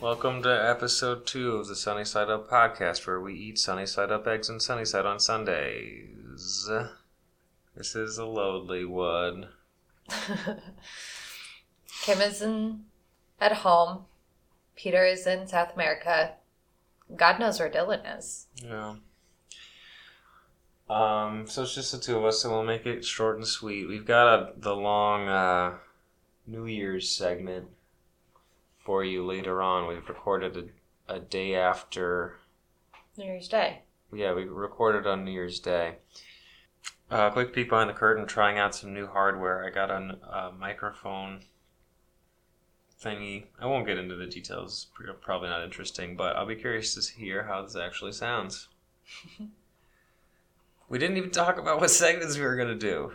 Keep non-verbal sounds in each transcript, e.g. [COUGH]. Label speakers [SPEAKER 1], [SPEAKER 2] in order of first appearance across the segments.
[SPEAKER 1] Welcome to episode two of the Sunny Side Up podcast, where we eat sunny side up eggs and sunny side on Sundays. This is a lonely one.
[SPEAKER 2] [LAUGHS] Kim is in at home. Peter is in South America. God knows where Dylan is.
[SPEAKER 1] Yeah. Um, so it's just the two of us, so we'll make it short and sweet. We've got a, the long uh, New Year's segment for you later on. We've recorded a, a day after.
[SPEAKER 2] New Year's Day.
[SPEAKER 1] Yeah, we recorded on New Year's Day. Uh, quick peek behind the curtain, trying out some new hardware. I got a n- a microphone thingy. I won't get into the details; pr- probably not interesting. But I'll be curious to hear how this actually sounds. [LAUGHS] we didn't even talk about what segments we were gonna do.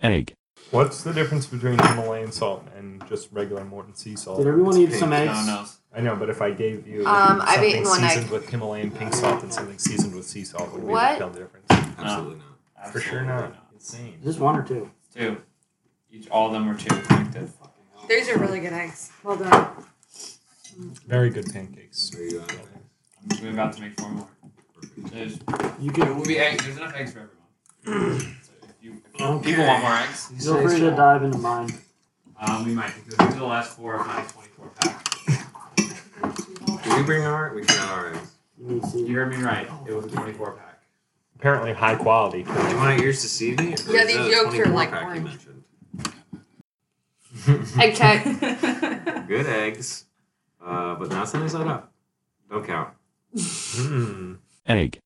[SPEAKER 3] egg,
[SPEAKER 4] What's the difference between Himalayan salt and just regular Morton sea salt?
[SPEAKER 5] Did everyone eat some eggs?
[SPEAKER 4] I know, but if I gave you
[SPEAKER 6] Um, I've
[SPEAKER 4] something
[SPEAKER 6] eaten one egg.
[SPEAKER 4] seasoned with Himalayan pink salt and something seasoned with sea salt, would
[SPEAKER 6] What?
[SPEAKER 4] be the difference.
[SPEAKER 7] Absolutely
[SPEAKER 4] For sure not. Insane.
[SPEAKER 5] Just one or two.
[SPEAKER 7] Two. Each, all of them were two connected.
[SPEAKER 6] These are really good eggs. Well done.
[SPEAKER 4] Very good pancakes.
[SPEAKER 7] There you go. We're about to make four more. There's,
[SPEAKER 5] You
[SPEAKER 7] there
[SPEAKER 5] can.
[SPEAKER 7] will be egg, There's enough eggs for everyone. so if you, if you-
[SPEAKER 5] Okay.
[SPEAKER 7] people want more eggs, you
[SPEAKER 5] Feel
[SPEAKER 7] say
[SPEAKER 5] free to
[SPEAKER 7] so.
[SPEAKER 5] dive into mine.
[SPEAKER 7] Um, we might because these are the last four of my 24 pack.
[SPEAKER 3] Did we bring our? We brought our eggs.
[SPEAKER 5] You need to see.
[SPEAKER 7] You heard me right. It was a 24 pack.
[SPEAKER 4] Apparently high quality.
[SPEAKER 3] Do you want yours this evening? or
[SPEAKER 6] Yeah,
[SPEAKER 3] is
[SPEAKER 6] these
[SPEAKER 3] that a
[SPEAKER 6] yolks are
[SPEAKER 3] 24
[SPEAKER 6] like
[SPEAKER 3] pack you
[SPEAKER 6] orange.
[SPEAKER 3] mentioned?
[SPEAKER 6] Egg check.
[SPEAKER 3] Good eggs, uh, but not sunny side up. Don't count.
[SPEAKER 4] Mm.
[SPEAKER 3] Egg.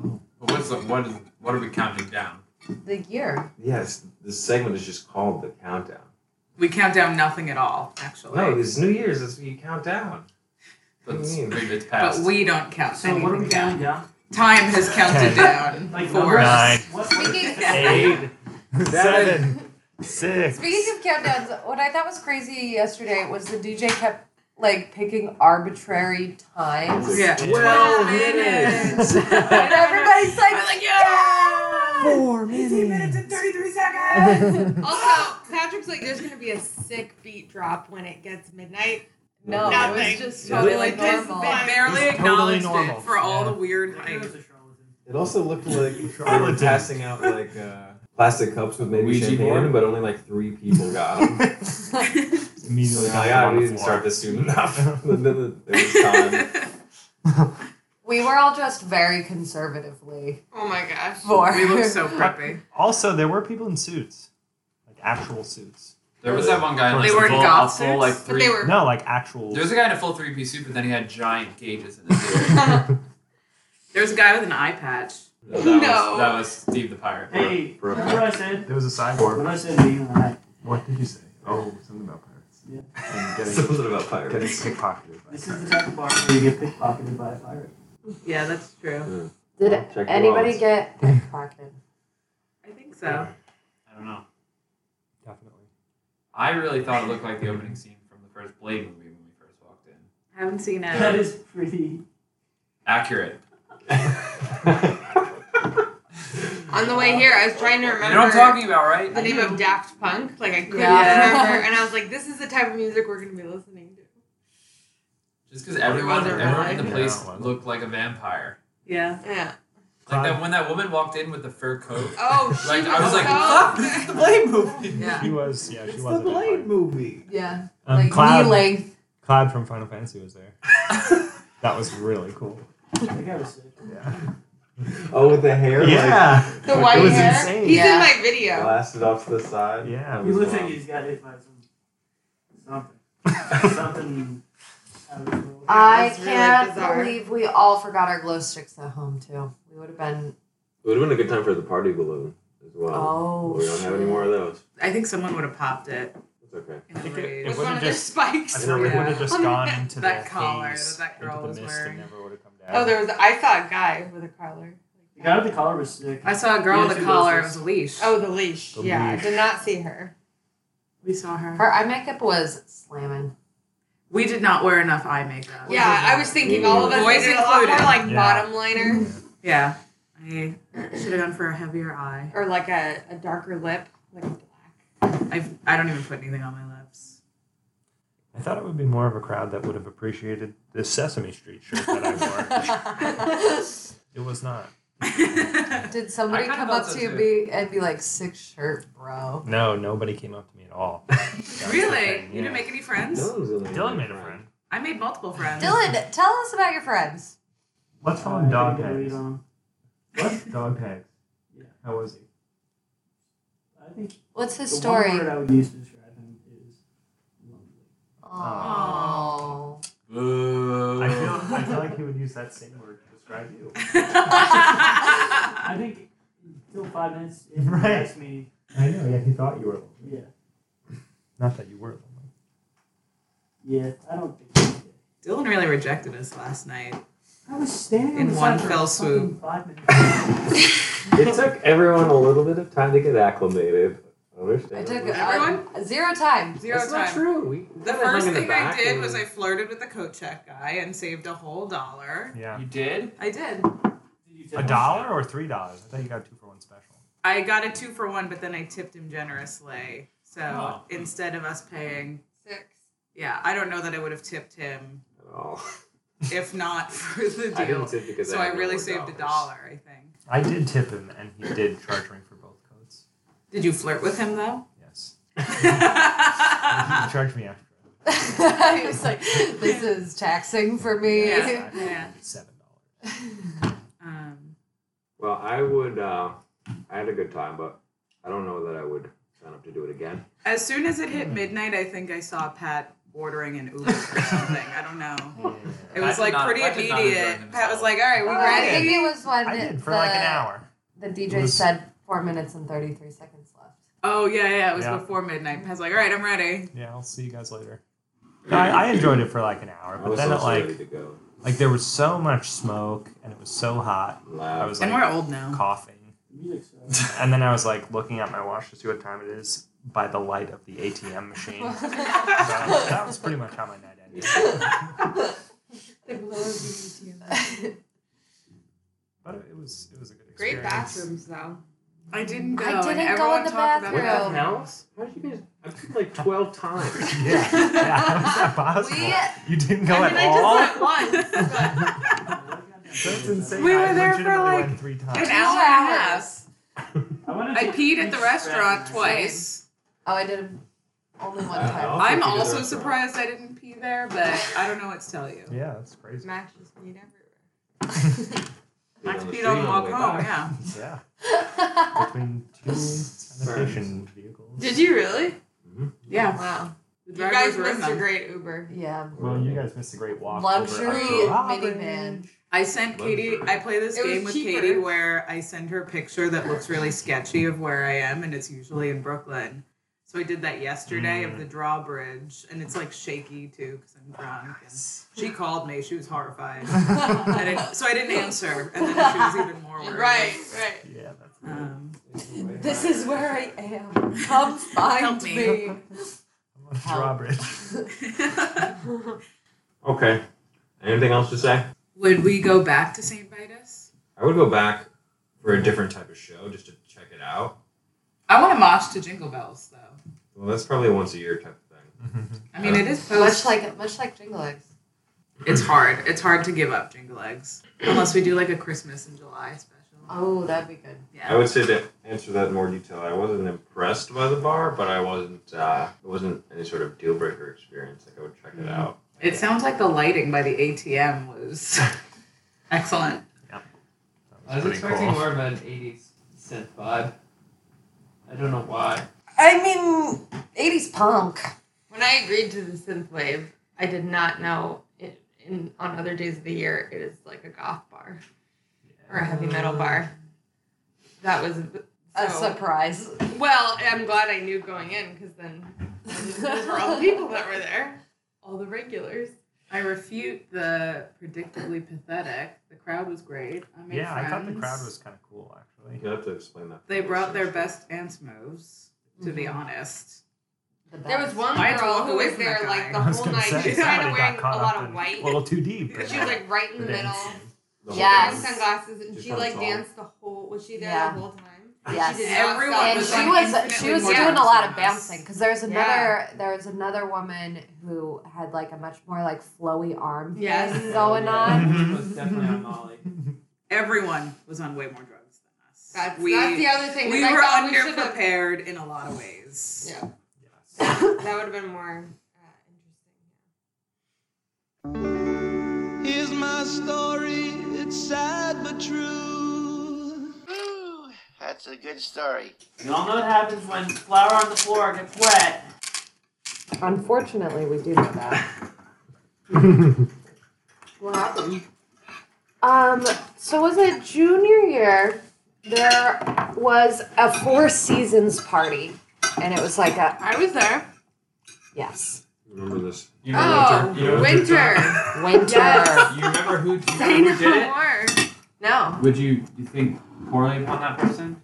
[SPEAKER 7] But what's the, what, is, what are we counting down?
[SPEAKER 6] the year.
[SPEAKER 3] Yes, this segment is just called the countdown.
[SPEAKER 8] We count down nothing at all, actually.
[SPEAKER 3] No, it's New Year's. That's what you count down.
[SPEAKER 7] But it's,
[SPEAKER 3] Mm.
[SPEAKER 7] it's
[SPEAKER 8] but
[SPEAKER 7] past.
[SPEAKER 8] we don't count
[SPEAKER 5] So
[SPEAKER 8] anything
[SPEAKER 5] what are we
[SPEAKER 8] down.
[SPEAKER 5] counting down?
[SPEAKER 8] Time has counted
[SPEAKER 4] Ten.
[SPEAKER 5] [LAUGHS]
[SPEAKER 8] down
[SPEAKER 5] Like
[SPEAKER 8] for
[SPEAKER 5] numbers?
[SPEAKER 8] us.
[SPEAKER 4] Nine,
[SPEAKER 5] What?
[SPEAKER 6] Speaking,
[SPEAKER 5] [LAUGHS]
[SPEAKER 4] eight, seven,
[SPEAKER 6] [LAUGHS]
[SPEAKER 4] six.
[SPEAKER 6] speaking of countdowns, what I thought was crazy yesterday [LAUGHS] was the DJ kept like picking arbitrary times.
[SPEAKER 8] Yeah.
[SPEAKER 4] Twelve
[SPEAKER 8] minutes.
[SPEAKER 6] And everybody's [LAUGHS] like, like yeah!
[SPEAKER 4] Four minutes.
[SPEAKER 8] and 33 seconds.
[SPEAKER 9] also, Patrick's like, there's gonna be a sick beat drop when it gets midnight.
[SPEAKER 6] No, it
[SPEAKER 9] Nothing.
[SPEAKER 6] was just
[SPEAKER 3] Yeah.
[SPEAKER 6] totally
[SPEAKER 8] like this,
[SPEAKER 6] normal.
[SPEAKER 8] they barely
[SPEAKER 4] It's totally
[SPEAKER 8] acknowledged
[SPEAKER 4] normal.
[SPEAKER 8] it for all
[SPEAKER 4] Yeah.
[SPEAKER 8] the weird hype.
[SPEAKER 3] It also looked like
[SPEAKER 4] [LAUGHS]
[SPEAKER 3] they were
[SPEAKER 4] Charlatan.
[SPEAKER 3] passing out like uh, plastic cups with maybe
[SPEAKER 7] Ouija
[SPEAKER 3] champagne,
[SPEAKER 7] board?
[SPEAKER 3] but only like three people got them.
[SPEAKER 4] [LAUGHS] Immediately.
[SPEAKER 3] Like, yeah,
[SPEAKER 4] on
[SPEAKER 3] we
[SPEAKER 4] the
[SPEAKER 3] didn't
[SPEAKER 4] floor.
[SPEAKER 3] start this soon enough.
[SPEAKER 4] [LAUGHS]
[SPEAKER 3] But then there was time.
[SPEAKER 6] [LAUGHS]
[SPEAKER 8] [LAUGHS]
[SPEAKER 6] We were all dressed very conservatively
[SPEAKER 9] Oh my gosh.
[SPEAKER 6] for.
[SPEAKER 8] We look so preppy.
[SPEAKER 4] Also, there were people in suits, like actual suits.
[SPEAKER 7] There was that one guy.
[SPEAKER 4] They
[SPEAKER 7] in, like, a
[SPEAKER 4] were
[SPEAKER 7] full,
[SPEAKER 8] goth
[SPEAKER 7] a full, like
[SPEAKER 8] suits?
[SPEAKER 9] But
[SPEAKER 7] three.
[SPEAKER 9] they were
[SPEAKER 4] No, like actual.
[SPEAKER 7] There was a guy in a full three piece suit, but then he had giant
[SPEAKER 3] [LAUGHS]
[SPEAKER 7] gauges in his ear.
[SPEAKER 8] There's a guy with an eye patch.
[SPEAKER 7] No, that,
[SPEAKER 9] No.
[SPEAKER 7] was, that was Steve the Pirate.
[SPEAKER 5] Hey,
[SPEAKER 3] Brooke.
[SPEAKER 5] remember what I said?
[SPEAKER 4] There was a
[SPEAKER 5] What
[SPEAKER 4] sideboard.
[SPEAKER 5] I said to you and I.
[SPEAKER 4] What did you say? Oh, something about pirates.
[SPEAKER 5] Yeah.
[SPEAKER 3] [LAUGHS]
[SPEAKER 4] And
[SPEAKER 3] Something about pirates.
[SPEAKER 4] pickpocketed.
[SPEAKER 5] This is the type of bar where you get pickpocketed by a pirate.
[SPEAKER 8] Yeah, that's true.
[SPEAKER 6] Did
[SPEAKER 3] Check your wallets.
[SPEAKER 6] anybody
[SPEAKER 7] [LAUGHS]
[SPEAKER 6] get pickpocketed?
[SPEAKER 8] I think so.
[SPEAKER 7] I don't know.
[SPEAKER 4] Definitely.
[SPEAKER 7] I really thought it looked like the opening scene from the first Blade movie when we first walked in.
[SPEAKER 8] I haven't seen
[SPEAKER 5] That
[SPEAKER 8] it.
[SPEAKER 5] is pretty.
[SPEAKER 7] Accurate.
[SPEAKER 9] on the way here. I was trying to remember
[SPEAKER 7] You know what I'm talking about, right?
[SPEAKER 9] the name of Daft Punk. Like I couldn't
[SPEAKER 6] Yeah.
[SPEAKER 9] remember, and I was like, this is the type of music we're gonna be listening to.
[SPEAKER 7] Just because everyone,
[SPEAKER 9] Wasn't
[SPEAKER 7] everyone
[SPEAKER 9] really.
[SPEAKER 7] in the
[SPEAKER 4] Yeah,
[SPEAKER 7] place
[SPEAKER 4] it wasn't.
[SPEAKER 7] looked like a vampire.
[SPEAKER 8] Yeah.
[SPEAKER 9] Yeah.
[SPEAKER 7] Like that when that woman walked in with the fur coat.
[SPEAKER 9] Oh, she
[SPEAKER 7] Like I was
[SPEAKER 9] so
[SPEAKER 7] like, fuck, this is the Blade movie.
[SPEAKER 6] Yeah.
[SPEAKER 4] She was, yeah, she was. a vampire.
[SPEAKER 3] movie.
[SPEAKER 6] Yeah.
[SPEAKER 4] Um,
[SPEAKER 6] like
[SPEAKER 4] Cloud,
[SPEAKER 6] knee length.
[SPEAKER 4] Cloud from Final Fantasy was there. that was really cool.
[SPEAKER 5] That guy was sick.
[SPEAKER 4] Yeah.
[SPEAKER 3] Oh, with the hair?
[SPEAKER 4] Yeah.
[SPEAKER 9] The white
[SPEAKER 4] it was
[SPEAKER 9] hair.
[SPEAKER 4] insane.
[SPEAKER 9] He's
[SPEAKER 6] Yeah.
[SPEAKER 9] in my
[SPEAKER 3] Like,
[SPEAKER 9] video.
[SPEAKER 3] blasted off to the side.
[SPEAKER 4] Yeah.
[SPEAKER 3] That
[SPEAKER 4] [LAUGHS]
[SPEAKER 5] He
[SPEAKER 3] was
[SPEAKER 5] looks like
[SPEAKER 3] wild.
[SPEAKER 5] he's got hit by some [LAUGHS] something. something out of this world.
[SPEAKER 6] I
[SPEAKER 9] That's really
[SPEAKER 6] can't
[SPEAKER 9] bizarre.
[SPEAKER 6] believe we all forgot our glow sticks at home too. We would have been
[SPEAKER 3] It would have been a good time for the party balloon as well.
[SPEAKER 6] oh.
[SPEAKER 3] we don't have any more of those.
[SPEAKER 8] I think someone would have popped it.
[SPEAKER 3] It's okay.
[SPEAKER 8] in a
[SPEAKER 4] It- it
[SPEAKER 8] rage.
[SPEAKER 9] With
[SPEAKER 4] would've
[SPEAKER 9] one of their
[SPEAKER 4] just-
[SPEAKER 9] spikes.
[SPEAKER 4] I don't know, it would
[SPEAKER 8] Yeah.
[SPEAKER 4] have just
[SPEAKER 9] On
[SPEAKER 4] gone
[SPEAKER 9] that-
[SPEAKER 4] into
[SPEAKER 8] that
[SPEAKER 4] the
[SPEAKER 8] collar
[SPEAKER 4] haze,
[SPEAKER 8] that that girl
[SPEAKER 4] into the
[SPEAKER 8] was
[SPEAKER 4] mist,
[SPEAKER 8] wearing.
[SPEAKER 4] and never would have come down.
[SPEAKER 9] Oh, there was. I saw a guy with a collar.
[SPEAKER 5] The guy with the collar was sick.
[SPEAKER 8] I saw a girl
[SPEAKER 5] Yeah,
[SPEAKER 8] with
[SPEAKER 5] she
[SPEAKER 8] a
[SPEAKER 5] was
[SPEAKER 8] collar. It
[SPEAKER 5] just-
[SPEAKER 8] was a leash.
[SPEAKER 9] Oh, the leash.
[SPEAKER 4] The
[SPEAKER 9] yeah,
[SPEAKER 4] leash.
[SPEAKER 9] I did not see her.
[SPEAKER 8] we saw her.
[SPEAKER 6] Her eye makeup was slamming.
[SPEAKER 8] We did not wear enough eye makeup.
[SPEAKER 9] Yeah, I was thinking all of us
[SPEAKER 8] Boys
[SPEAKER 9] did a lot more
[SPEAKER 8] included.
[SPEAKER 9] like
[SPEAKER 4] Yeah.
[SPEAKER 9] bottom liner
[SPEAKER 8] Yeah. I should have gone for a heavier eye.
[SPEAKER 9] or like a, a darker lip, like black.
[SPEAKER 8] I've, I don't even put anything on my lips.
[SPEAKER 4] I thought it would be more of a crowd that would have appreciated the Sesame Street shirt that I wore.
[SPEAKER 8] [LAUGHS]
[SPEAKER 4] it was not.
[SPEAKER 6] [LAUGHS]
[SPEAKER 8] [LAUGHS]
[SPEAKER 6] Did somebody
[SPEAKER 7] I kinda
[SPEAKER 6] come
[SPEAKER 7] thought
[SPEAKER 6] up
[SPEAKER 7] so
[SPEAKER 6] to you
[SPEAKER 7] too.
[SPEAKER 6] be, and be like, sick shirt, bro?
[SPEAKER 4] No, nobody came up to me at all. [LAUGHS] That's the
[SPEAKER 8] really?
[SPEAKER 4] thing,
[SPEAKER 8] You didn't
[SPEAKER 4] yeah.
[SPEAKER 8] make any friends?
[SPEAKER 4] Dylan made a friend.
[SPEAKER 8] I made multiple friends.
[SPEAKER 6] Dylan, tell us about your friends.
[SPEAKER 4] Let's call
[SPEAKER 5] Uh,
[SPEAKER 4] him
[SPEAKER 5] I
[SPEAKER 4] Dog
[SPEAKER 5] think I read
[SPEAKER 4] Tags.
[SPEAKER 5] on-
[SPEAKER 4] Let's Dog Tags.
[SPEAKER 5] Yeah.
[SPEAKER 4] How was he?
[SPEAKER 5] I think
[SPEAKER 6] What's his
[SPEAKER 5] the
[SPEAKER 6] story?
[SPEAKER 5] One word I would use to describe him is lovely.
[SPEAKER 6] Oh.
[SPEAKER 7] Boo.
[SPEAKER 4] I feel, I feel like he would use that same word to describe you.
[SPEAKER 5] I think until five minutes [LAUGHS] in,
[SPEAKER 4] Right.
[SPEAKER 5] he asked me.
[SPEAKER 4] I know, yeah, he thought you were lonely.
[SPEAKER 5] Yeah,
[SPEAKER 4] Not that you were lonely.
[SPEAKER 5] yeah. I don't think. He did.
[SPEAKER 8] [LAUGHS] Dylan really rejected us last night.
[SPEAKER 5] I was standing on
[SPEAKER 8] In
[SPEAKER 5] the
[SPEAKER 8] one
[SPEAKER 5] side for
[SPEAKER 8] fell
[SPEAKER 5] fucking
[SPEAKER 8] swoop.
[SPEAKER 5] Five minutes.
[SPEAKER 3] It took everyone a little bit of time to get acclimated. Understand?
[SPEAKER 6] I took
[SPEAKER 8] Everyone?
[SPEAKER 6] uh, zero time. [LAUGHS]
[SPEAKER 8] Zero
[SPEAKER 3] That's
[SPEAKER 8] time.
[SPEAKER 3] not true. We
[SPEAKER 8] The
[SPEAKER 3] kinda
[SPEAKER 8] first
[SPEAKER 3] hung in the
[SPEAKER 8] thing I
[SPEAKER 3] back
[SPEAKER 8] did
[SPEAKER 3] and-
[SPEAKER 8] was I flirted with the coat check guy and saved a whole dollar.
[SPEAKER 4] Yeah.
[SPEAKER 7] You did?
[SPEAKER 8] I did.
[SPEAKER 5] Did you tell
[SPEAKER 4] A
[SPEAKER 5] him?
[SPEAKER 4] dollar or three dollars? I thought you got two for one special.
[SPEAKER 8] I got a two for one, but then I tipped him generously. So
[SPEAKER 7] Oh.
[SPEAKER 8] instead of us paying,
[SPEAKER 6] Six.
[SPEAKER 8] yeah, I don't know that I would have tipped him
[SPEAKER 3] Oh,
[SPEAKER 8] [LAUGHS] if not for the
[SPEAKER 3] I didn't
[SPEAKER 8] deal.
[SPEAKER 3] tip because
[SPEAKER 8] So
[SPEAKER 3] I,
[SPEAKER 8] I
[SPEAKER 3] had
[SPEAKER 8] really
[SPEAKER 3] more
[SPEAKER 8] saved a
[SPEAKER 3] dollars.
[SPEAKER 8] dollar, I think.
[SPEAKER 4] I did tip him, and he did charge me for both coats.
[SPEAKER 8] Did you flirt with him though?
[SPEAKER 4] Yes. He charged me extra.
[SPEAKER 6] I was like, this is taxing for me.
[SPEAKER 8] Yeah.
[SPEAKER 4] I paid Seven dollars.
[SPEAKER 8] [LAUGHS] um,
[SPEAKER 3] Well, I would. Uh, I had a good time, but I don't know that I would sign up to do it [LAUGHS] again.
[SPEAKER 8] as soon as it hit midnight, I think I saw Pat ordering an Uber or something. I don't know. It
[SPEAKER 7] Pat
[SPEAKER 8] was
[SPEAKER 7] did
[SPEAKER 8] like
[SPEAKER 7] not-
[SPEAKER 8] pretty
[SPEAKER 7] Pat did not enjoy
[SPEAKER 8] immediate. Pat was
[SPEAKER 7] himself.
[SPEAKER 8] like, all right, we
[SPEAKER 6] Well, I
[SPEAKER 8] ready.
[SPEAKER 6] think it was when
[SPEAKER 4] I
[SPEAKER 6] it-
[SPEAKER 4] did for
[SPEAKER 6] the,
[SPEAKER 4] like an hour.
[SPEAKER 6] The DJ
[SPEAKER 4] was-
[SPEAKER 6] said four minutes and 33 seconds left.
[SPEAKER 8] Oh yeah, yeah, it was
[SPEAKER 4] Yeah.
[SPEAKER 8] before midnight. Pat's like, all right, I'm ready.
[SPEAKER 4] Yeah, I'll see you guys later. No, I, I enjoyed it for like an hour,
[SPEAKER 3] I
[SPEAKER 4] but
[SPEAKER 3] was
[SPEAKER 4] then it
[SPEAKER 3] also
[SPEAKER 4] like
[SPEAKER 3] ready to go.
[SPEAKER 4] like there was so much smoke and it was so hot. I
[SPEAKER 3] Loud.
[SPEAKER 4] was
[SPEAKER 8] And
[SPEAKER 4] like
[SPEAKER 8] we're old now.
[SPEAKER 4] coughing,
[SPEAKER 5] The music sucks.
[SPEAKER 4] and then I was like looking at my watch to see what time it is by the light of the ATM
[SPEAKER 9] [LAUGHS]
[SPEAKER 4] machine. So that was pretty much how my night ended.
[SPEAKER 9] The glow of beauty.
[SPEAKER 6] [LAUGHS]
[SPEAKER 4] But it was it was a good
[SPEAKER 9] Great
[SPEAKER 4] experience.
[SPEAKER 9] bathrooms though.
[SPEAKER 8] I didn't go.
[SPEAKER 6] I
[SPEAKER 8] and
[SPEAKER 6] didn't go in
[SPEAKER 8] everyone
[SPEAKER 6] the
[SPEAKER 8] talked about
[SPEAKER 3] what the
[SPEAKER 8] it.
[SPEAKER 6] bathroom.
[SPEAKER 3] hell? How did you guys? I've been like twelve
[SPEAKER 8] [LAUGHS]
[SPEAKER 3] times.
[SPEAKER 4] [LAUGHS] Yeah, yeah, [LAUGHS] how is that possible?
[SPEAKER 6] We-
[SPEAKER 4] you didn't go
[SPEAKER 9] I
[SPEAKER 4] at
[SPEAKER 9] mean,
[SPEAKER 4] all.
[SPEAKER 9] I just went once, but
[SPEAKER 4] That's insane.
[SPEAKER 8] We
[SPEAKER 4] I
[SPEAKER 8] were there for,
[SPEAKER 4] legitimately
[SPEAKER 8] like,
[SPEAKER 4] went three
[SPEAKER 8] An
[SPEAKER 4] times.
[SPEAKER 8] hour and a half.
[SPEAKER 5] I,
[SPEAKER 4] [LAUGHS]
[SPEAKER 5] wanted
[SPEAKER 8] I
[SPEAKER 5] to
[SPEAKER 8] peed at the
[SPEAKER 5] reach
[SPEAKER 8] restaurant
[SPEAKER 5] back
[SPEAKER 8] twice.
[SPEAKER 6] Oh, I did only one
[SPEAKER 3] Uh-oh.
[SPEAKER 6] time.
[SPEAKER 8] I'm
[SPEAKER 3] Peed at the
[SPEAKER 8] also
[SPEAKER 3] restaurant.
[SPEAKER 8] surprised I didn't pee there, but I don't know what to tell you.
[SPEAKER 4] Yeah, that's crazy.
[SPEAKER 9] Max
[SPEAKER 6] [LAUGHS]
[SPEAKER 9] just peed everywhere.
[SPEAKER 8] I
[SPEAKER 3] the
[SPEAKER 8] peed
[SPEAKER 3] street
[SPEAKER 8] on the
[SPEAKER 3] way
[SPEAKER 8] walk home.
[SPEAKER 3] back.
[SPEAKER 8] Yeah.
[SPEAKER 4] Yeah. Between two sanitation vehicles.
[SPEAKER 9] Did you really?
[SPEAKER 8] Yeah.
[SPEAKER 9] Wow.
[SPEAKER 8] The
[SPEAKER 9] You
[SPEAKER 8] drivers
[SPEAKER 9] guys
[SPEAKER 8] were in
[SPEAKER 9] missed a
[SPEAKER 8] them.
[SPEAKER 9] great Uber.
[SPEAKER 6] Yeah. [LAUGHS]
[SPEAKER 4] Well, you guys missed a great walk.
[SPEAKER 6] Luxury
[SPEAKER 4] over our-
[SPEAKER 6] minivan.
[SPEAKER 8] I sent Katie. I play this
[SPEAKER 9] It was
[SPEAKER 8] game with
[SPEAKER 9] cheaper.
[SPEAKER 8] Katie where I send her a picture that looks really sketchy of where I am, and it's usually in Brooklyn. So I did that yesterday of the drawbridge, and it's like shaky too because I'm drunk. And she called me. She was
[SPEAKER 9] [LAUGHS]
[SPEAKER 8] horrified. I didn't, so I didn't answer, and then she was even more worried.
[SPEAKER 9] Right, right.
[SPEAKER 4] Yeah, that's
[SPEAKER 9] Oh.
[SPEAKER 8] Um, [LAUGHS]
[SPEAKER 6] This is where I am. Come find
[SPEAKER 8] Help me.
[SPEAKER 6] me.
[SPEAKER 4] on the [LAUGHS]
[SPEAKER 9] [LAUGHS]
[SPEAKER 4] drawbridge.
[SPEAKER 3] Okay. Anything else to say?
[SPEAKER 8] would we go back to St. Vitus?
[SPEAKER 3] I would go back for a different type of show just to check it out.
[SPEAKER 8] I want to mosh to Jingle Bells though.
[SPEAKER 3] Well, that's probably a once a year type of thing.
[SPEAKER 8] I mean, it is
[SPEAKER 6] Much
[SPEAKER 8] post.
[SPEAKER 6] like much like Jingle Eggs.
[SPEAKER 3] [CLEARS THROAT]
[SPEAKER 8] it's hard. It's hard to give up Jingle Eggs unless we do like a Christmas in July special.
[SPEAKER 6] Oh, that'd be good.
[SPEAKER 3] I would say to answer that in more detail, I wasn't impressed by the bar, but I wasn't. Uh, it wasn't any sort of deal breaker experience. Like I would check it out.
[SPEAKER 8] Mm-hmm. It sounds like the lighting by the ATM was [LAUGHS] excellent.
[SPEAKER 7] I was expecting more of an 80s synth vibe. I don't know why.
[SPEAKER 6] I mean, 80s punk.
[SPEAKER 9] When I agreed to the synth wave, I did not know it, in on other days of the year it is like a goth bar or a heavy metal bar. That was
[SPEAKER 6] A
[SPEAKER 9] so,
[SPEAKER 6] surprise.
[SPEAKER 9] well. I'm glad I knew going in because then those were all the people that were there, all the regulars.
[SPEAKER 8] I refute the predictably pathetic. The crowd was great. I made
[SPEAKER 4] Yeah, I thought the
[SPEAKER 8] friends.
[SPEAKER 4] crowd was kind of cool, actually.
[SPEAKER 3] You have to explain that.
[SPEAKER 9] Mm-hmm.
[SPEAKER 8] They brought their best dance moves. To be honest,
[SPEAKER 6] the best.
[SPEAKER 9] There was one
[SPEAKER 8] I had to
[SPEAKER 9] girl
[SPEAKER 8] walk
[SPEAKER 9] who
[SPEAKER 8] away
[SPEAKER 9] was
[SPEAKER 8] from
[SPEAKER 9] there
[SPEAKER 8] that
[SPEAKER 9] like
[SPEAKER 8] guy.
[SPEAKER 9] the
[SPEAKER 4] I was
[SPEAKER 9] whole
[SPEAKER 4] gonna
[SPEAKER 9] night.
[SPEAKER 4] say,
[SPEAKER 9] She was kind
[SPEAKER 4] somebody
[SPEAKER 9] of
[SPEAKER 4] got
[SPEAKER 9] wearing a
[SPEAKER 4] caught
[SPEAKER 9] lot
[SPEAKER 4] up
[SPEAKER 9] of
[SPEAKER 4] in-
[SPEAKER 9] white.
[SPEAKER 4] A little too deep.
[SPEAKER 9] But [LAUGHS] she was like right in the,
[SPEAKER 4] The
[SPEAKER 9] middle,
[SPEAKER 4] dance.
[SPEAKER 3] The
[SPEAKER 9] wearing
[SPEAKER 2] Yes.
[SPEAKER 9] sunglasses, and
[SPEAKER 3] Just
[SPEAKER 9] she
[SPEAKER 3] on
[SPEAKER 9] like
[SPEAKER 3] top.
[SPEAKER 9] danced the whole. Was she there
[SPEAKER 6] Yeah.
[SPEAKER 9] the whole time?
[SPEAKER 6] Yes.
[SPEAKER 9] She did not
[SPEAKER 8] Everyone
[SPEAKER 9] stop.
[SPEAKER 8] Well, it
[SPEAKER 2] and
[SPEAKER 8] was,
[SPEAKER 2] she
[SPEAKER 8] like,
[SPEAKER 2] was
[SPEAKER 8] infinitely
[SPEAKER 2] she was
[SPEAKER 8] more
[SPEAKER 2] doing a lot of
[SPEAKER 8] dangerous.
[SPEAKER 2] bouncing because there's another
[SPEAKER 9] Yeah.
[SPEAKER 6] there was another woman who had like a much more like flowy arm
[SPEAKER 9] Yes.
[SPEAKER 6] thing going
[SPEAKER 7] Yeah,
[SPEAKER 6] on.
[SPEAKER 7] she was definitely on Molly.
[SPEAKER 8] Everyone was on way more drugs than us.
[SPEAKER 9] That's,
[SPEAKER 8] we
[SPEAKER 9] that's the other thing. is
[SPEAKER 8] we
[SPEAKER 9] I
[SPEAKER 8] were
[SPEAKER 9] thought we should've-
[SPEAKER 8] underprepared in a lot of ways.
[SPEAKER 9] Yeah. that would have been more uh, interesting.
[SPEAKER 10] Here's my story. It's sad but true. Ooh, that's a good story.
[SPEAKER 5] You all know what happens when flour on the floor gets wet.
[SPEAKER 6] Unfortunately, we do know that.
[SPEAKER 9] [LAUGHS] What happened?
[SPEAKER 6] Um, so was it junior year? There was a Four Seasons party, and it was like a
[SPEAKER 9] I was there.
[SPEAKER 6] yes
[SPEAKER 3] Remember this?
[SPEAKER 7] You
[SPEAKER 9] Oh,
[SPEAKER 7] You know,
[SPEAKER 9] winter.
[SPEAKER 6] winter. [LAUGHS]
[SPEAKER 9] Yes.
[SPEAKER 7] You remember who, do you
[SPEAKER 9] Say
[SPEAKER 7] remember who did
[SPEAKER 9] no
[SPEAKER 7] it?
[SPEAKER 9] more. No.
[SPEAKER 7] Would you, do you think poorly upon that person?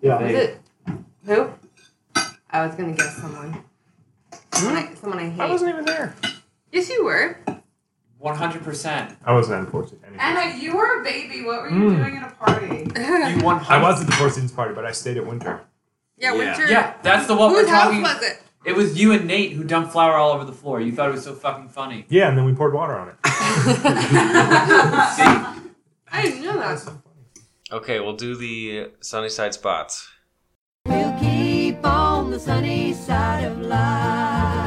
[SPEAKER 4] Yeah.
[SPEAKER 9] Was
[SPEAKER 7] They-
[SPEAKER 9] it who? I was gonna guess someone. Someone I, someone I hate.
[SPEAKER 4] I wasn't even there.
[SPEAKER 9] yes, you were. [LAUGHS]
[SPEAKER 7] 100%.
[SPEAKER 4] I wasn't at the Four Seasons.
[SPEAKER 9] Anna, you were a baby. What were
[SPEAKER 4] you Mm.
[SPEAKER 8] Doing at a party.
[SPEAKER 9] [LAUGHS]
[SPEAKER 8] [LAUGHS]
[SPEAKER 9] yeah,
[SPEAKER 7] You 100
[SPEAKER 4] I was at the Four Seasons party, but I stayed at Winter.
[SPEAKER 3] Yeah.
[SPEAKER 9] winter.
[SPEAKER 7] Yeah, that's the one
[SPEAKER 9] Whose
[SPEAKER 7] we're
[SPEAKER 9] house
[SPEAKER 7] talking
[SPEAKER 9] was it?
[SPEAKER 7] It was you and Nate who dumped flour all over the floor. You thought it was so fucking funny.
[SPEAKER 4] Yeah, and then we poured water on
[SPEAKER 9] [LAUGHS]
[SPEAKER 4] it.
[SPEAKER 7] See?
[SPEAKER 9] I didn't know that.
[SPEAKER 1] Okay, we'll do the sunny side spots.
[SPEAKER 10] We'll keep on the sunny side of life.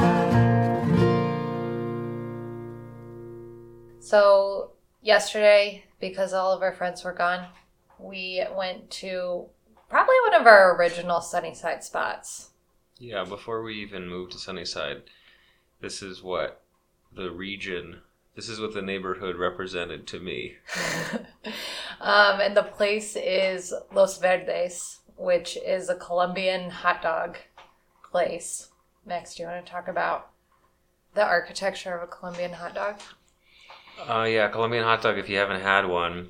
[SPEAKER 2] So yesterday, because all of our friends were gone, we went to probably one of our original Sunnyside spots.
[SPEAKER 1] Yeah, before we even move to Sunnyside, this is what the region, this is what the neighborhood represented to me.
[SPEAKER 2] um, and the place is Los Verdes, which is a Colombian hot dog place. Max, do you want to talk about the architecture of a Colombian hot dog?
[SPEAKER 1] Uh, yeah, Colombian hot dog, if you haven't had one,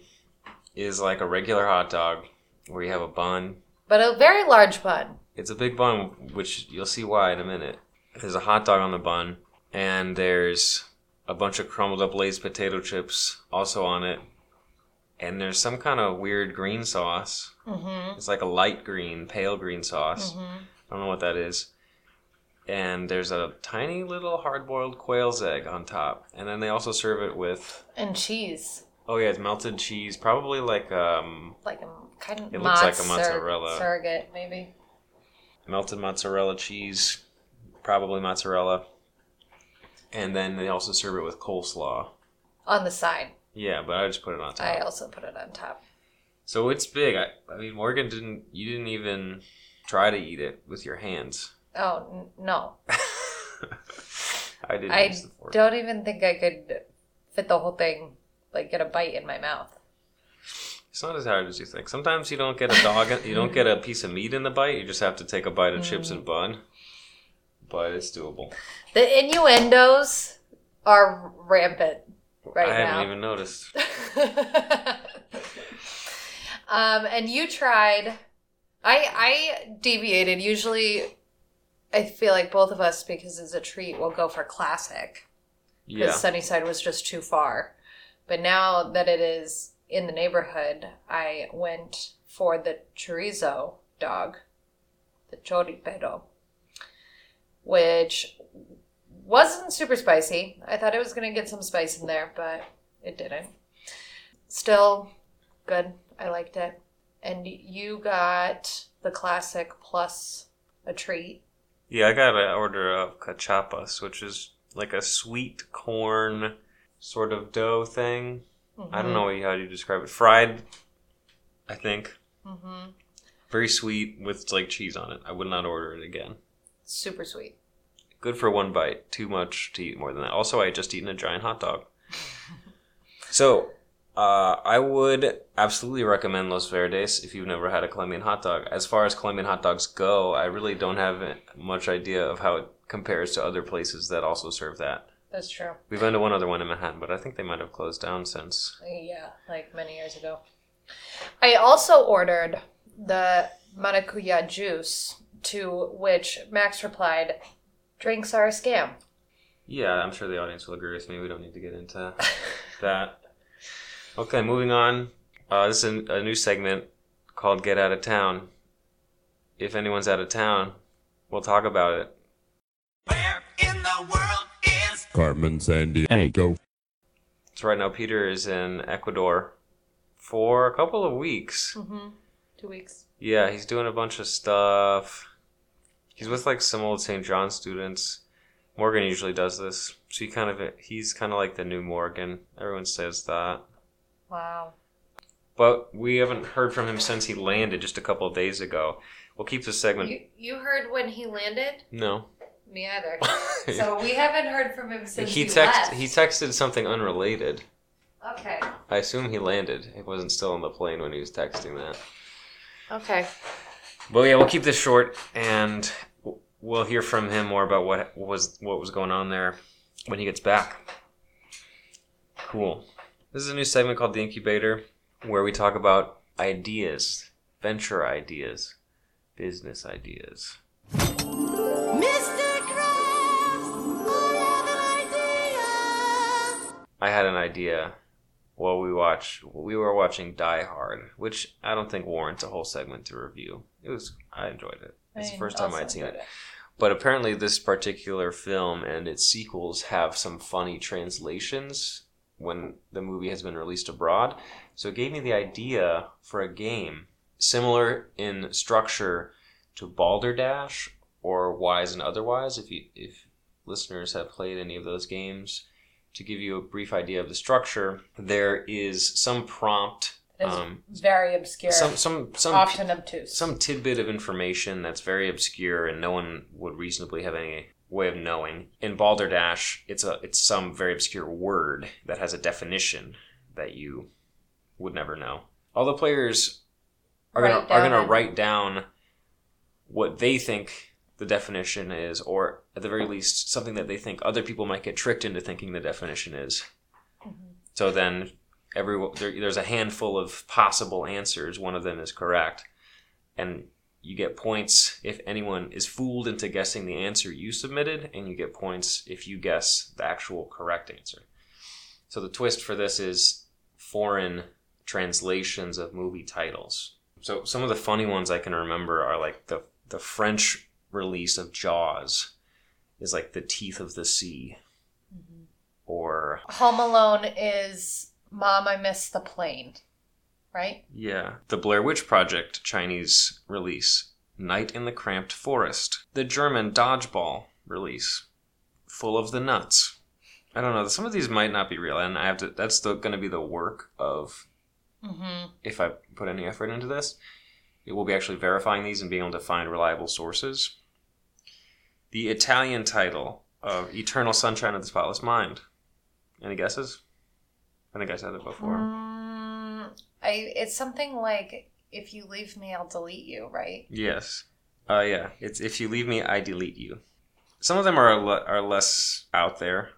[SPEAKER 1] is like a regular hot dog where you have a bun.
[SPEAKER 2] But a very large bun.
[SPEAKER 1] It's a big bun, which you'll see why in a minute. There's a hot dog on the bun, and there's a bunch of crumbled up Lay's potato chips also on it. And there's some kind of weird green sauce.
[SPEAKER 2] Mm-hmm.
[SPEAKER 1] It's like a light green, pale green sauce.
[SPEAKER 2] Mm-hmm.
[SPEAKER 1] I don't know what that is. And there's a tiny little hard boiled quail's egg on top. And then they also serve it with,
[SPEAKER 2] And cheese,
[SPEAKER 1] oh yeah, it's melted cheese, probably like um,
[SPEAKER 2] like a kind of
[SPEAKER 1] It looks like a
[SPEAKER 2] mozz sur-
[SPEAKER 1] mozzarella.
[SPEAKER 2] surrogate, maybe.
[SPEAKER 1] melted mozzarella cheese, probably mozzarella. And then they also serve it with coleslaw.
[SPEAKER 2] On the side,
[SPEAKER 1] Yeah, but I just put it on top.
[SPEAKER 2] I also put it on top.
[SPEAKER 1] So it's big. I, I mean, Morgan didn't, you didn't even try to eat it with your hands. [LAUGHS]
[SPEAKER 2] Oh n- no,
[SPEAKER 1] I didn't
[SPEAKER 2] I
[SPEAKER 1] use the fork.
[SPEAKER 2] don't even think I could fit the whole thing, like get a bite in my mouth.
[SPEAKER 1] It's not as hard as you think. Sometimes you don't get a dog, you don't get a piece of meat in the bite. You just have to take a bite of chips
[SPEAKER 2] Mm.
[SPEAKER 1] and bun. But it's doable.
[SPEAKER 2] The innuendos are rampant right
[SPEAKER 1] I
[SPEAKER 2] now.
[SPEAKER 1] haven't even noticed.
[SPEAKER 2] [LAUGHS] um, and you tried. I I deviated. Usually, I feel like both of us, because it's a treat, will go for classic. because
[SPEAKER 1] Yeah,
[SPEAKER 2] Sunnyside was just too far. But now that it is in the neighborhood, I went for the chorizo dog, the choripero, which wasn't super spicy. I thought it was going to get some spice in there, but it didn't. Still good. I liked it. And you got the classic plus a treat.
[SPEAKER 1] yeah. I got an order of cachapas, which is like a sweet corn sort of dough thing. I
[SPEAKER 2] Mm-hmm.
[SPEAKER 1] don't know what you- how you describe it. Fried, I think.
[SPEAKER 2] Mm-hmm.
[SPEAKER 1] Very sweet with like cheese on it. I would not order it again.
[SPEAKER 2] Super sweet.
[SPEAKER 1] Good for one bite. Too much to eat more than that. Also, I had just eaten a giant hot dog. So, uh, I would absolutely recommend Los Verdes if you've never had a Colombian hot dog. As far as Colombian hot dogs go, I really don't have much idea of how it compares to other places that also serve that.
[SPEAKER 2] That's true.
[SPEAKER 1] We've been to one other one in Manhattan, but I think they might have closed down since.
[SPEAKER 2] Yeah, like many years ago. I also ordered the maracuya juice, to which Max replied, drinks are a scam.
[SPEAKER 1] Yeah, I'm sure the audience will agree with me. We don't need to get into that. Okay, moving on. Uh, this is a new segment called Get Out of Town. If anyone's out of town, we'll talk about it.
[SPEAKER 10] In the world is
[SPEAKER 11] Carmen San Diego.
[SPEAKER 1] So, right now, Peter is in Ecuador for a couple of weeks.
[SPEAKER 2] Mm-hmm. Two weeks.
[SPEAKER 1] Yeah, he's doing a bunch of stuff. He's with like some old St. John students. Morgan usually does this. She kind of he's kind of like the new Morgan. Everyone says that.
[SPEAKER 2] Wow.
[SPEAKER 1] But we haven't heard from him since he landed just a couple of days ago. We'll keep this segment.
[SPEAKER 2] You, you heard when he landed?
[SPEAKER 1] no.
[SPEAKER 2] Me
[SPEAKER 1] [LAUGHS]
[SPEAKER 2] either. [LAUGHS] so we haven't heard from him since
[SPEAKER 1] He
[SPEAKER 2] he,
[SPEAKER 1] text
[SPEAKER 2] left.
[SPEAKER 1] he texted something unrelated.
[SPEAKER 2] Okay.
[SPEAKER 1] I assume he landed. It wasn't still on the plane when he was texting that.
[SPEAKER 2] Okay.
[SPEAKER 1] But yeah, we'll keep this short, and w- we'll hear from him more about what was what was going on there when he gets back. Cool. This is a new segment called the Incubator, where we talk about ideas, venture ideas, business ideas.
[SPEAKER 10] Mr.
[SPEAKER 1] I had an idea while we watched we were watching Die Hard, which I don't think warrants a whole segment to review. It was I enjoyed it. It's the
[SPEAKER 2] I
[SPEAKER 1] first time
[SPEAKER 2] also
[SPEAKER 1] I'd seen it.
[SPEAKER 2] enjoyed it.
[SPEAKER 1] But apparently this particular film and its sequels have some funny translations when the movie has been released abroad. So it gave me the idea for a game similar in structure to Balderdash or Wise and Otherwise if you if listeners have played any of those games to give you a brief idea of the structure, there is some prompt,
[SPEAKER 2] It is
[SPEAKER 1] um,
[SPEAKER 2] very obscure.
[SPEAKER 1] some some some
[SPEAKER 2] often obtuse.
[SPEAKER 1] some tidbit of information that's very obscure and no one would reasonably have any way of knowing. In Balderdash, it's a it's some very obscure word that has a definition that you would never know. All the players are gonna
[SPEAKER 2] Write
[SPEAKER 1] are
[SPEAKER 2] down
[SPEAKER 1] gonna
[SPEAKER 2] it.
[SPEAKER 1] write down what they think the definition is, or at the very least, something that they think other people might get tricked into thinking the definition is.
[SPEAKER 2] Mm-hmm.
[SPEAKER 1] So then, every there, there's a handful of possible answers. One of them is correct, and you get points if anyone is fooled into guessing the answer you submitted, and you get points if you guess the actual correct answer. So the twist for this is foreign translations of movie titles. So some of the funny ones I can remember are like the the French release of Jaws is like the teeth of the sea. Or
[SPEAKER 2] Home Alone is Mom, I Missed the Plane, right?
[SPEAKER 1] Yeah. The Blair Witch Project Chinese release. Night in the Cramped Forest. The German Dodgeball release. Full of the Nuts. I don't know. Some of these might not be real, and I have to. That's the, going to be the work of
[SPEAKER 2] Mm-hmm.
[SPEAKER 1] if I put any effort into this. It will be actually verifying these and being able to find reliable sources. The Italian title of Eternal Sunshine of the Spotless Mind. Any guesses? I think I said it before.
[SPEAKER 2] Mm, I, it's something like, if you leave me, I'll delete you, right?
[SPEAKER 1] Yes. Uh, yeah. It's if you leave me, I delete you. Some of them are le- are less out there.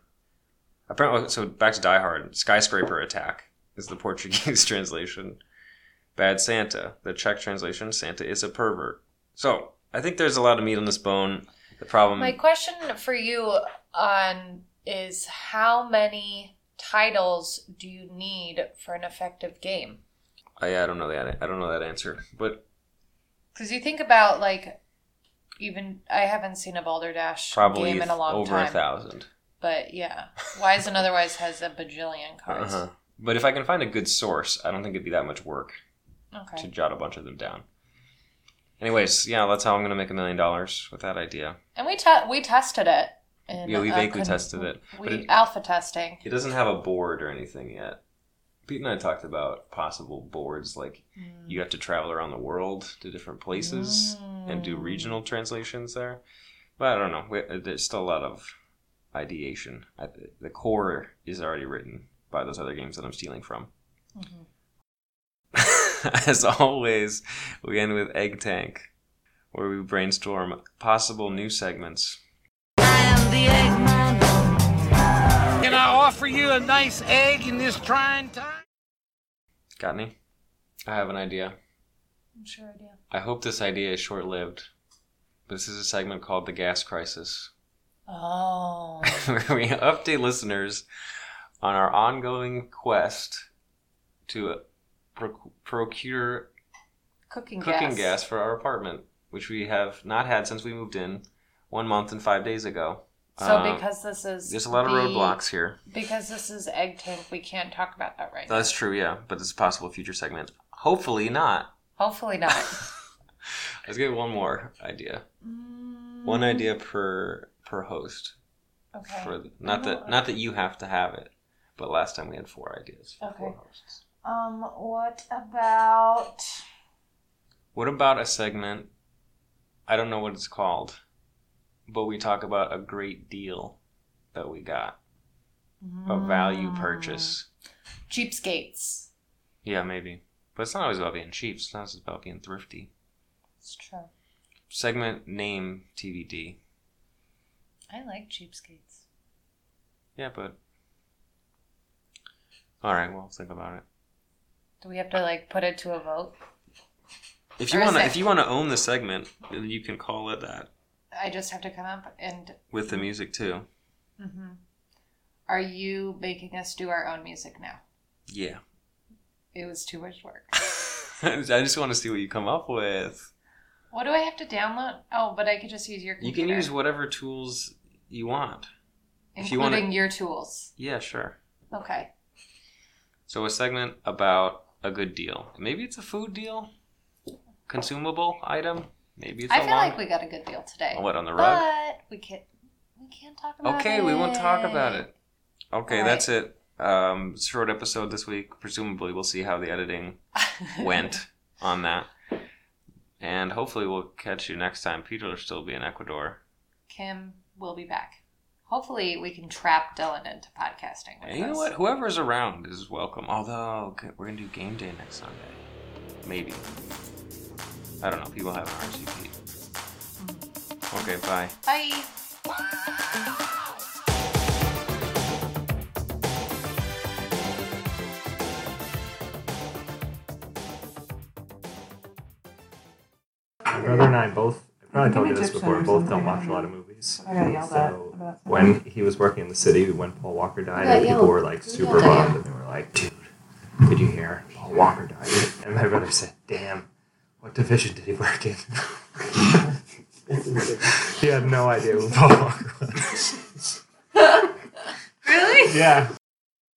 [SPEAKER 1] Apparently, so back to Die Hard. Skyscraper attack is the [LAUGHS] Portuguese translation. Bad Santa, the Czech translation. Santa is a pervert. So I think there's a lot of meat on this bone. The problem.
[SPEAKER 2] My question for you on is how many titles do you need for an effective game?
[SPEAKER 1] uh, I, I don't know that. I don't know that answer. But
[SPEAKER 2] Because you think about like even I haven't seen a Balderdash
[SPEAKER 1] probably
[SPEAKER 2] game in a long
[SPEAKER 1] over
[SPEAKER 2] time,
[SPEAKER 1] a thousand.
[SPEAKER 2] but yeah, Wise and Otherwise has a bajillion cards.
[SPEAKER 1] Uh-huh. But if I can find a good source, I don't think it'd be that much work.
[SPEAKER 2] Okay.
[SPEAKER 1] to jot a bunch of them down. Anyways, yeah, that's how I'm gonna make a million dollars with that idea.
[SPEAKER 2] And we te- we tested it. In,
[SPEAKER 1] Yeah, we
[SPEAKER 2] uh,
[SPEAKER 1] vaguely
[SPEAKER 2] con-
[SPEAKER 1] tested it,
[SPEAKER 2] We
[SPEAKER 1] but it-
[SPEAKER 2] alpha testing.
[SPEAKER 1] It doesn't have a board or anything yet. Pete and I talked about possible boards, like you have to travel around the world to different places and do regional translations there. But I don't know. We, uh, there's still a lot of ideation. I, the core is already written by those other games that I'm stealing from.
[SPEAKER 2] Mm-hmm.
[SPEAKER 1] [LAUGHS] As always, we end with Egg Tank, where we brainstorm possible new segments.
[SPEAKER 10] Can I offer you a nice egg in this trying time?
[SPEAKER 1] Got any? I have an idea.
[SPEAKER 2] I'm sure I do.
[SPEAKER 1] I hope this idea is short lived. This is a segment called The Gas Crisis. [LAUGHS]
[SPEAKER 2] Oh.
[SPEAKER 1] where we update listeners on our ongoing quest to proc- procure
[SPEAKER 2] Cooking,
[SPEAKER 1] cooking
[SPEAKER 2] gas.
[SPEAKER 1] gas for our apartment, which we have not had since we moved in one month and five days ago.
[SPEAKER 2] So
[SPEAKER 1] Um,
[SPEAKER 2] because this is
[SPEAKER 1] there's a lot of
[SPEAKER 2] the-
[SPEAKER 1] roadblocks here.
[SPEAKER 2] Because this is egg tank, we can't talk about that right
[SPEAKER 1] That's true, yeah, but it's a possible future segment. Hopefully not.
[SPEAKER 2] now. Hopefully not.
[SPEAKER 1] [LAUGHS] Let's get one more idea. One idea per per host.
[SPEAKER 2] Mm, Mm-hmm. Okay.
[SPEAKER 1] For the, not that not that you have to have it, but last time we had four ideas. for
[SPEAKER 2] Okay.
[SPEAKER 1] four hosts.
[SPEAKER 2] Um, what about
[SPEAKER 1] What about a segment? I don't know what it's called, but we talk about a great deal that we got, a value purchase.
[SPEAKER 2] cheapskates?
[SPEAKER 1] Yeah, maybe, but it's not always about being cheap. It's not always about being thrifty.
[SPEAKER 2] It's true.
[SPEAKER 1] Segment name TBD.
[SPEAKER 2] I like cheapskates.
[SPEAKER 1] Yeah, but all right, well, think about it.
[SPEAKER 2] Do we have to like put it to a vote?
[SPEAKER 1] If you
[SPEAKER 2] Or is
[SPEAKER 1] wanna,
[SPEAKER 2] it-
[SPEAKER 1] if you wanna own the segment, then you can call it that
[SPEAKER 2] I just have to come up and.
[SPEAKER 1] with the music too.
[SPEAKER 2] hmm Are you making us do our own music now?
[SPEAKER 1] Yeah, [LAUGHS]
[SPEAKER 2] It was too much work.
[SPEAKER 1] I just- I just want to see what you come up with.
[SPEAKER 2] What do I have to download? Oh, but I could just use your
[SPEAKER 1] You
[SPEAKER 2] computer.
[SPEAKER 1] can use whatever tools you want. If you
[SPEAKER 2] including
[SPEAKER 1] wanna-
[SPEAKER 2] your tools.
[SPEAKER 1] Yeah, sure.
[SPEAKER 2] Okay.
[SPEAKER 1] So a segment about a good deal. Maybe it's a food deal, consumable item. Maybe it's a
[SPEAKER 2] I feel
[SPEAKER 1] long. Oh,
[SPEAKER 2] like we got a good deal today.
[SPEAKER 1] What, on the rug?
[SPEAKER 2] But we can't. We can't talk about it.
[SPEAKER 1] okay, we won't talk about it. Okay,
[SPEAKER 2] All right.
[SPEAKER 1] that's it. Um, short episode this week. Presumably, we'll see how the
[SPEAKER 2] [LAUGHS]
[SPEAKER 1] editing went on that, and hopefully, we'll catch you next time. Peter will still be in Ecuador.
[SPEAKER 2] Kim will be back. Hopefully, we can trap Dylan into podcasting. With
[SPEAKER 1] And you know
[SPEAKER 2] us.
[SPEAKER 1] what? Whoever's around is welcome. Although okay, we're gonna do game day next Sunday, maybe. I don't know. People have an RSVP. Okay, bye.
[SPEAKER 2] Bye.
[SPEAKER 4] My brother and I both, I probably
[SPEAKER 8] Give
[SPEAKER 4] told
[SPEAKER 8] me
[SPEAKER 4] you this
[SPEAKER 8] tips on
[SPEAKER 4] before,
[SPEAKER 8] or
[SPEAKER 4] both don't
[SPEAKER 8] something.
[SPEAKER 4] watch a lot of movies.
[SPEAKER 8] I got yelled at
[SPEAKER 4] So
[SPEAKER 8] about that.
[SPEAKER 4] When he was working in the city, when Paul Walker died,
[SPEAKER 8] got
[SPEAKER 4] and people
[SPEAKER 8] yelled-
[SPEAKER 4] were like
[SPEAKER 8] we
[SPEAKER 4] super
[SPEAKER 8] got
[SPEAKER 4] bummed, and they were like, dude, did you hear? Paul Walker died. And my brother said, damn, what division did he work in? [LAUGHS] he had no idea who Paul Walker was.
[SPEAKER 9] really?
[SPEAKER 4] yeah.